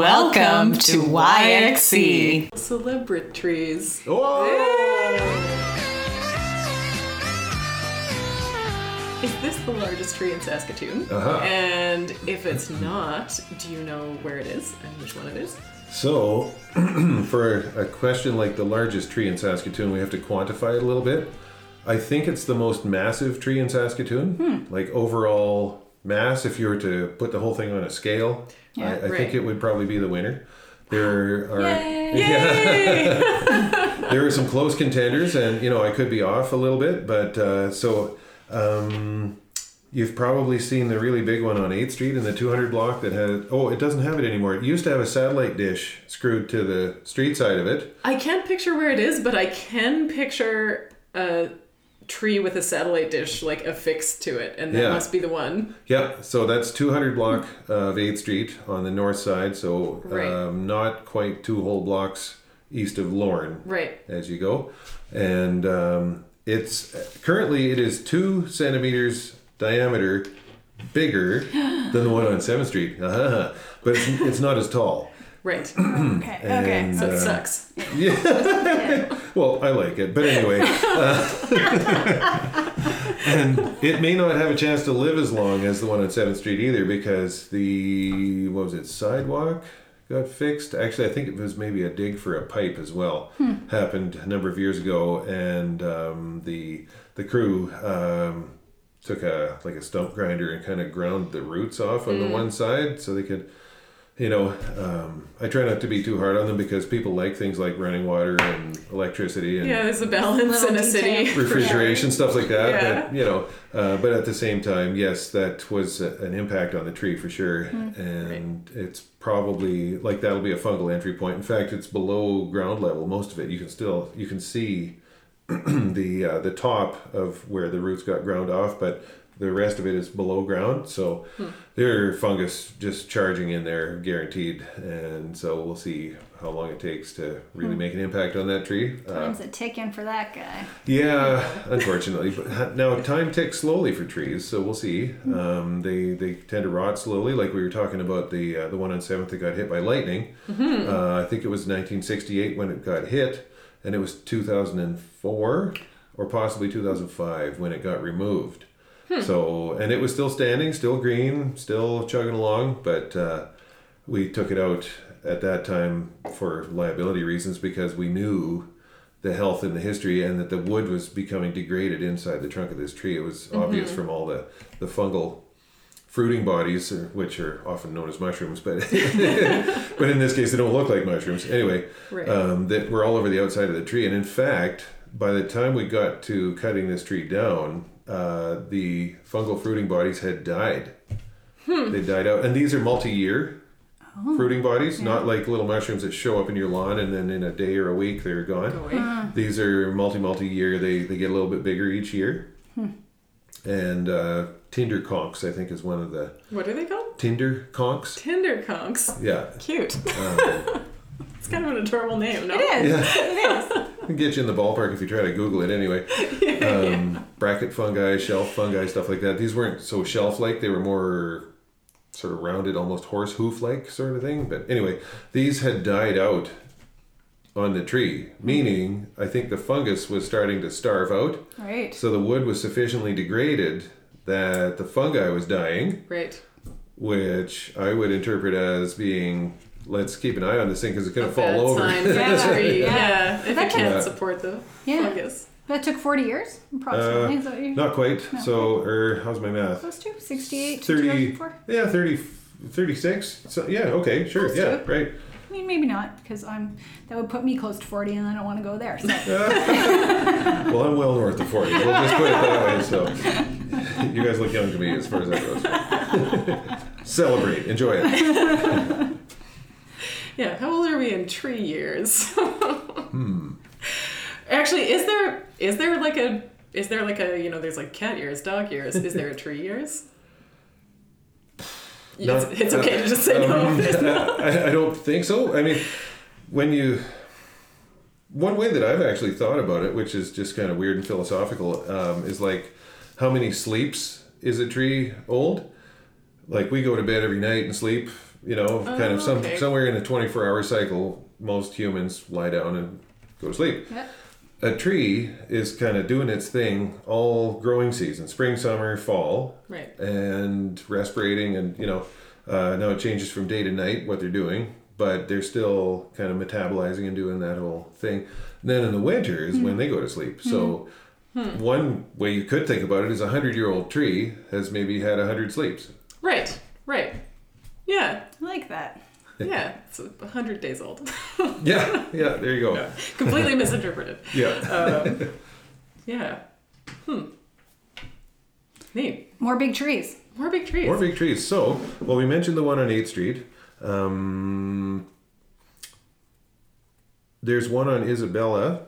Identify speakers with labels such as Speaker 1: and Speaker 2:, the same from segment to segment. Speaker 1: Welcome to E. YXC.
Speaker 2: E. Celebrities. Is this the largest tree in Saskatoon?
Speaker 3: Uh-huh.
Speaker 2: And if it's not, do you know where it is and which one it is?
Speaker 3: So, for a question like the largest tree in Saskatoon, we have to quantify it a little bit. I think it's the most massive tree in Saskatoon, like overall mass. If you were to put the whole thing on a scale, I, I
Speaker 2: right.
Speaker 3: think it would probably be the winner. There are
Speaker 2: Yay!
Speaker 3: there are some close contenders, and you know I could be off a little bit, but uh, so um, you've probably seen the really big one on Eighth Street in the 200 block that had oh it doesn't have it anymore. It used to have a satellite dish screwed to the street side of it.
Speaker 2: I can't picture where it is, but I can picture a tree with a satellite dish like affixed to it, and that
Speaker 3: Yeah.
Speaker 2: must be the one.
Speaker 3: Yeah, so that's 200 block of Eighth Street on the north side, so
Speaker 2: Right.
Speaker 3: um, not quite two whole blocks east of Lorne.
Speaker 2: Right.
Speaker 3: as you go. And um, it's currently it is two centimeters diameter bigger than the one on Seventh Street, uh-huh. but it's, it's not as tall.
Speaker 2: Right.
Speaker 1: Okay. Okay.
Speaker 3: And,
Speaker 1: So
Speaker 2: That
Speaker 3: uh,
Speaker 2: sucks.
Speaker 3: Well, I like it, but anyway. uh, and it may not have a chance to live as long as the one on Seventh Street either, because the what was it sidewalk got fixed. Actually, I think it was maybe a dig for a pipe as well. Happened a number of years ago, and um, the the crew. Um, Took a like a stump grinder and kind of ground the roots off on the one side so they could you know, um, I try not to be too hard on them because people like things like running water and electricity and
Speaker 2: Yeah, there's a balance
Speaker 1: Little
Speaker 2: in a city.
Speaker 1: detail.
Speaker 3: refrigeration stuff like that.
Speaker 2: Yeah.
Speaker 3: But, you know, uh, but at the same time, yes, that was a, an impact on the tree for sure, and it's probably like that'll be a fungal entry point. In fact, it's below ground level. Most of it, you can still you can see the uh, the top of where the roots got ground off, but the rest of it is below ground. So there are fungus just charging in there, guaranteed. And so we'll see how long it takes to really make an impact on that tree. Uh,
Speaker 1: Time's a ticking for that guy.
Speaker 3: yeah, unfortunately. But now time ticks slowly for trees, so we'll see. Um, they they tend to rot slowly, like we were talking about the uh, the one on Seventh that got hit by lightning. Uh, I think it was 1968 when it got hit, and it was 2004 or possibly 2005 when it got removed. So and it was still standing, still green, still chugging along, but. Uh, we took it out at that time for liability reasons because we knew the health and the history and that the wood was becoming degraded inside the trunk of this tree. It was obvious from all the, the fungal fruiting bodies, uh, which are often known as mushrooms, but but in this case they don't look like mushrooms. Anyway,
Speaker 2: Right.
Speaker 3: um, that were all over the outside of the tree. And in fact, by the time we got to cutting this tree down, uh, the fungal fruiting bodies had died. They died out, and these are multi-year fruiting bodies, not like little mushrooms that show up in your lawn and then in a day or a week they're gone.
Speaker 2: Go away.
Speaker 3: These are multi multi year. They they get a little bit bigger each year. And uh, tinder conks, I think, is one of the
Speaker 2: What are they called?
Speaker 3: tinder conks.
Speaker 2: Tinder conks.
Speaker 3: Yeah,
Speaker 2: Cute. it's kind of an adorable name, no?
Speaker 1: It is.
Speaker 3: Yeah.
Speaker 1: It is.
Speaker 3: get you in the ballpark if you try to Google it anyway. Um, bracket fungi, shelf fungi, stuff like that. These weren't so shelf like, they were more sort of rounded, almost horse hoof like sort of thing. But anyway, these had died out on the tree, meaning I think the fungus was starting to starve out.
Speaker 1: Right.
Speaker 3: So the wood was sufficiently degraded that the fungi was dying,
Speaker 2: Right.
Speaker 3: which I would interpret as being let's keep an eye on this thing because it's going to fall
Speaker 2: Bad
Speaker 3: over.
Speaker 2: sign for the tree.
Speaker 1: Yeah.
Speaker 2: Yeah. If
Speaker 1: That
Speaker 2: it can't
Speaker 3: can-
Speaker 2: support the
Speaker 1: Yeah.
Speaker 2: fungus.
Speaker 1: That took 40 years, approximately.
Speaker 3: Uh,
Speaker 1: is that what you
Speaker 3: not quite.
Speaker 1: No.
Speaker 3: So, or how's my math?
Speaker 1: close to? 68 to
Speaker 3: 30.
Speaker 1: 2004?
Speaker 3: Yeah, 30, 36. So, yeah, okay, sure.
Speaker 1: Close to
Speaker 3: yeah,
Speaker 1: it.
Speaker 3: right.
Speaker 1: I mean, maybe not, because I'm that would put me close to 40, and I don't want to go there. So.
Speaker 3: Well, I'm well north of 40. We'll just put it that way. So, you guys look young to me as far as that goes. Celebrate. Enjoy it.
Speaker 2: Yeah. How old are we in tree years?
Speaker 3: Hmm.
Speaker 2: Actually, is there is there like a is there like a you know there's like cat years, dog years. Is there a tree years?
Speaker 3: No.
Speaker 2: it's, it's okay to just say
Speaker 3: Um,
Speaker 2: no.
Speaker 3: I, I don't think so. I mean, when you one way that I've actually thought about it, which is just kind of weird and philosophical, um, is like how many sleeps is a tree old? Like we go to bed every night and sleep You know, kind of some
Speaker 2: okay.
Speaker 3: somewhere in a 24 hour cycle, most humans lie down and go to sleep.
Speaker 1: Yeah.
Speaker 3: A tree is kind of doing its thing all growing season, spring, summer, fall,
Speaker 2: Right.
Speaker 3: and respirating and you know uh, now it changes from day to night what they're doing but they're still kind of metabolizing and doing that whole thing and then in the winter is when they go to sleep so Hmm. one way you could think about it is a hundred year old tree has maybe had a hundred sleeps
Speaker 2: Right. Right. Yeah.
Speaker 1: I like that.
Speaker 2: Yeah. It's a hundred days old.
Speaker 3: yeah yeah there you go yeah,
Speaker 2: Completely misinterpreted. Um, yeah. Hmm. Neat.
Speaker 1: More big trees.
Speaker 2: More big trees.
Speaker 3: more big trees so well we mentioned the one on 8th street um, there's one on Isabella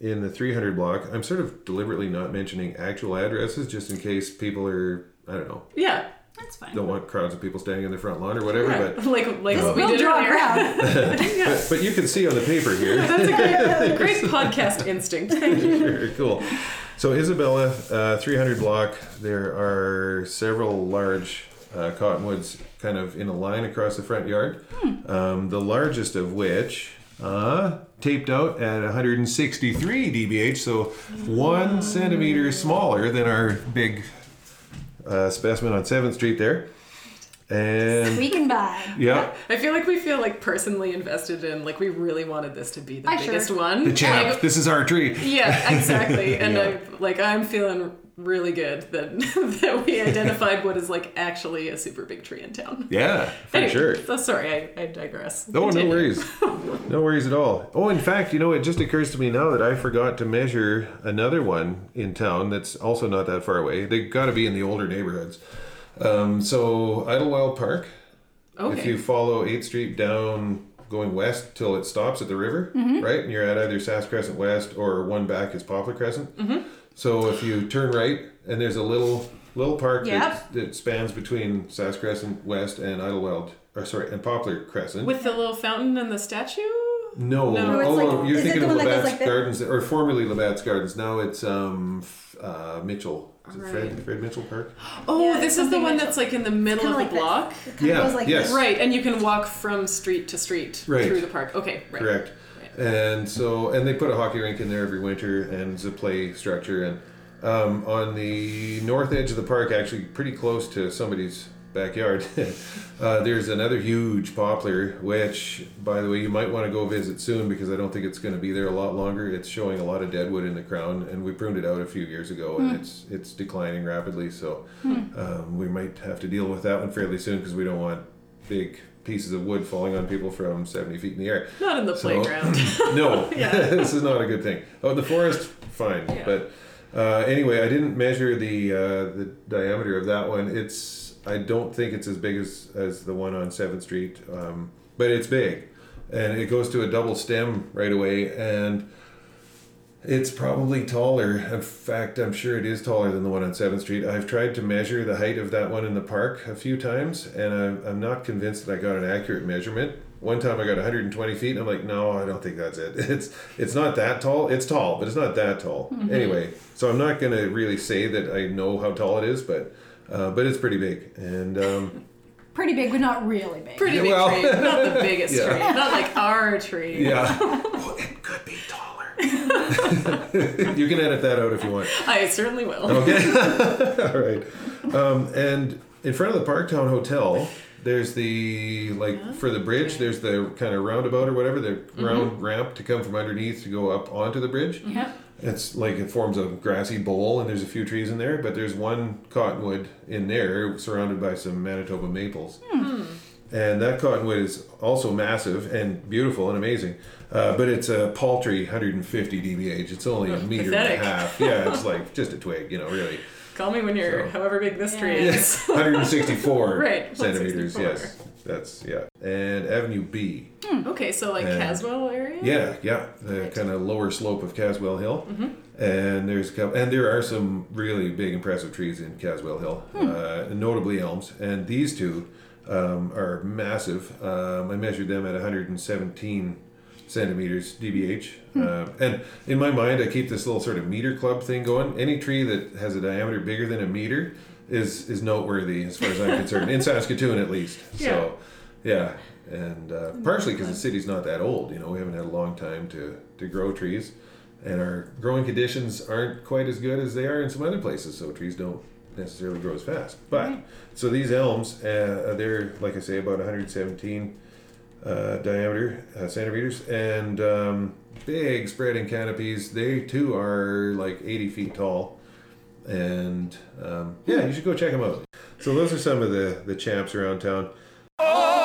Speaker 3: in the 300 block. I'm sort of deliberately not mentioning actual addresses just in case people are, I don't know,
Speaker 2: yeah.
Speaker 1: That's fine.
Speaker 3: don't want crowds of people standing in their front lawn or whatever.
Speaker 2: Right.
Speaker 3: But,
Speaker 2: Like like
Speaker 1: This
Speaker 2: we
Speaker 1: will
Speaker 2: did
Speaker 1: draw
Speaker 2: earlier.
Speaker 1: crowd.
Speaker 3: but but you can see on the paper here.
Speaker 2: That's a great, great podcast instinct. Thank you.
Speaker 3: Very cool. So Isabella, uh, 300 block. There are several large uh, cottonwoods kind of in a line across the front yard.
Speaker 2: Hmm.
Speaker 3: Um, the largest of which. Uh, taped out at 163 dBH, so one centimeter smaller than our big uh, specimen on 7th Street there. And
Speaker 1: We can buy.
Speaker 3: yeah,
Speaker 2: I feel like we feel like personally invested in like we really wanted this to be the
Speaker 1: I sure-
Speaker 2: biggest one.
Speaker 3: the champ.
Speaker 2: Like,
Speaker 3: This is our tree.
Speaker 2: yeah, exactly. And
Speaker 3: Yeah.
Speaker 2: I like I'm feeling really good that that we identified what is like actually a super big tree in town.
Speaker 3: Yeah, for
Speaker 2: Anyway,
Speaker 3: sure.
Speaker 2: So sorry, I, I digress.
Speaker 3: No, no
Speaker 2: Continue.
Speaker 3: worries. No worries at all. Oh, in fact, you know, it just occurs to me now that I forgot to measure another one in town that's also not that far away. They've got to be in the older neighborhoods. Um, so, Idlewild Park, if
Speaker 2: Okay.
Speaker 3: you follow 8th Street down going west till it stops at the river,
Speaker 2: Mm-hmm.
Speaker 3: right? And you're at either Sass Crescent West or one back is Poplar Crescent.
Speaker 2: Mm-hmm.
Speaker 3: So, if you turn right and there's a little little park
Speaker 1: Yep.
Speaker 3: that, that spans between Sass Crescent West and Idlewild, or sorry, and Poplar Crescent.
Speaker 2: With the little fountain and the statue?
Speaker 3: No,
Speaker 2: No,
Speaker 1: it's
Speaker 3: oh,
Speaker 1: like-
Speaker 3: you're
Speaker 1: is it
Speaker 3: thinking
Speaker 1: the
Speaker 3: of
Speaker 1: one that goes
Speaker 3: Labatt's
Speaker 1: like this?
Speaker 3: Gardens, or formerly Labatt's Gardens. Now it's um, f- uh, Mitchell. Is it
Speaker 2: Right.
Speaker 3: Fred, Fred Mitchell Park?
Speaker 2: Oh,
Speaker 1: Yeah,
Speaker 2: this is
Speaker 1: something
Speaker 2: the one
Speaker 1: like-
Speaker 2: that's like in the middle of
Speaker 1: kinda
Speaker 2: the
Speaker 1: like this.
Speaker 2: block.
Speaker 1: Kinda
Speaker 3: Yeah,
Speaker 1: goes like
Speaker 3: yes.
Speaker 1: this.
Speaker 2: Right, and you can walk from street to street
Speaker 3: Right.
Speaker 2: through the park. Okay, right.
Speaker 3: Correct. And so, and they put a hockey rink in there every winter, and it's a play structure. And um, on the north edge of the park, actually pretty close to somebody's backyard, uh, there's another huge poplar, which, by the way, you might want to go visit soon because I don't think it's going to be there a lot longer. It's showing a lot of deadwood in the crown, and we pruned it out a few years ago, and it's it's declining rapidly. So um, we might have to deal with that one fairly soon because we don't want big pieces of wood falling on people from 70 feet in the air.
Speaker 2: Not in the
Speaker 3: So-
Speaker 2: playground.
Speaker 3: No,
Speaker 2: Yeah.
Speaker 3: this is not a good thing. Oh, the forest, fine.
Speaker 2: Yeah.
Speaker 3: But uh, anyway, I didn't measure the uh, the diameter of that one. It's I don't think it's as big as as the one on Seventh Street, um, but it's big, and it goes to a double stem right away, and it's probably taller. In fact, I'm sure it is taller than the one on Seventh Street. I've tried to measure the height of that one in the park a few times, and I'm, I'm not convinced that I got an accurate measurement. One time I got 120 feet, and I'm like, no, I don't think that's it. It's it's not that tall. It's tall, but it's not that tall. Anyway, so I'm not gonna really say that I know how tall it is, but uh, but it's pretty big, and um,
Speaker 1: Pretty big, but not really big.
Speaker 2: Pretty big
Speaker 3: Well-
Speaker 2: tree. Not the biggest
Speaker 3: Yeah.
Speaker 2: tree. Not like our tree.
Speaker 3: yeah, well, it could be taller. you can edit that out if you want.
Speaker 2: I certainly will.
Speaker 3: All right. Um, and in front of the Parktown Hotel, there's the like for the bridge. There's the kind of roundabout or whatever the round ramp to come from underneath to go up onto the bridge.
Speaker 1: Yeah.
Speaker 3: It's like it forms a grassy bowl, and there's a few trees in there, but there's one cottonwood in there surrounded by some Manitoba maples. And that cottonwood is also massive and beautiful and amazing, uh, but it's a paltry 150 dBH. It's only a meter
Speaker 2: Pathetic.
Speaker 3: and a half. Yeah, it's like just a twig, you know, really.
Speaker 2: Call me when you're
Speaker 3: So-
Speaker 2: however big this tree
Speaker 1: Yeah.
Speaker 2: is.
Speaker 3: 164
Speaker 2: Right,
Speaker 3: centimeters.
Speaker 2: 164.
Speaker 3: Yes, that's yeah. And Avenue B.
Speaker 2: okay, so like
Speaker 3: And-
Speaker 2: Caswell area?
Speaker 3: Yeah, yeah, the
Speaker 2: Right.
Speaker 3: kind of lower slope of Caswell Hill. And there's a couple, and there are some really big, impressive trees in Caswell Hill, uh, notably elms. And these two um, are massive. Um, I measured them at 117 centimeters dbh. Uh, and in my mind, I keep this little sort of meter club thing going. Any tree that has a diameter bigger than a meter is is noteworthy as far as I'm concerned in Saskatoon, at least.
Speaker 2: Yeah.
Speaker 3: So. Yeah, and uh, partially because the city's not that old. You know, we haven't had a long time to to grow trees, and our growing conditions aren't quite as good as they are in some other places. So trees don't necessarily grow as fast. But so these elms, uh, they're like I say about 117 uh, diameter uh, centimeters and um, big spreading canopies. They too are like 80 feet tall. And um, yeah, you should go check them out. So those are some of the the champs around town.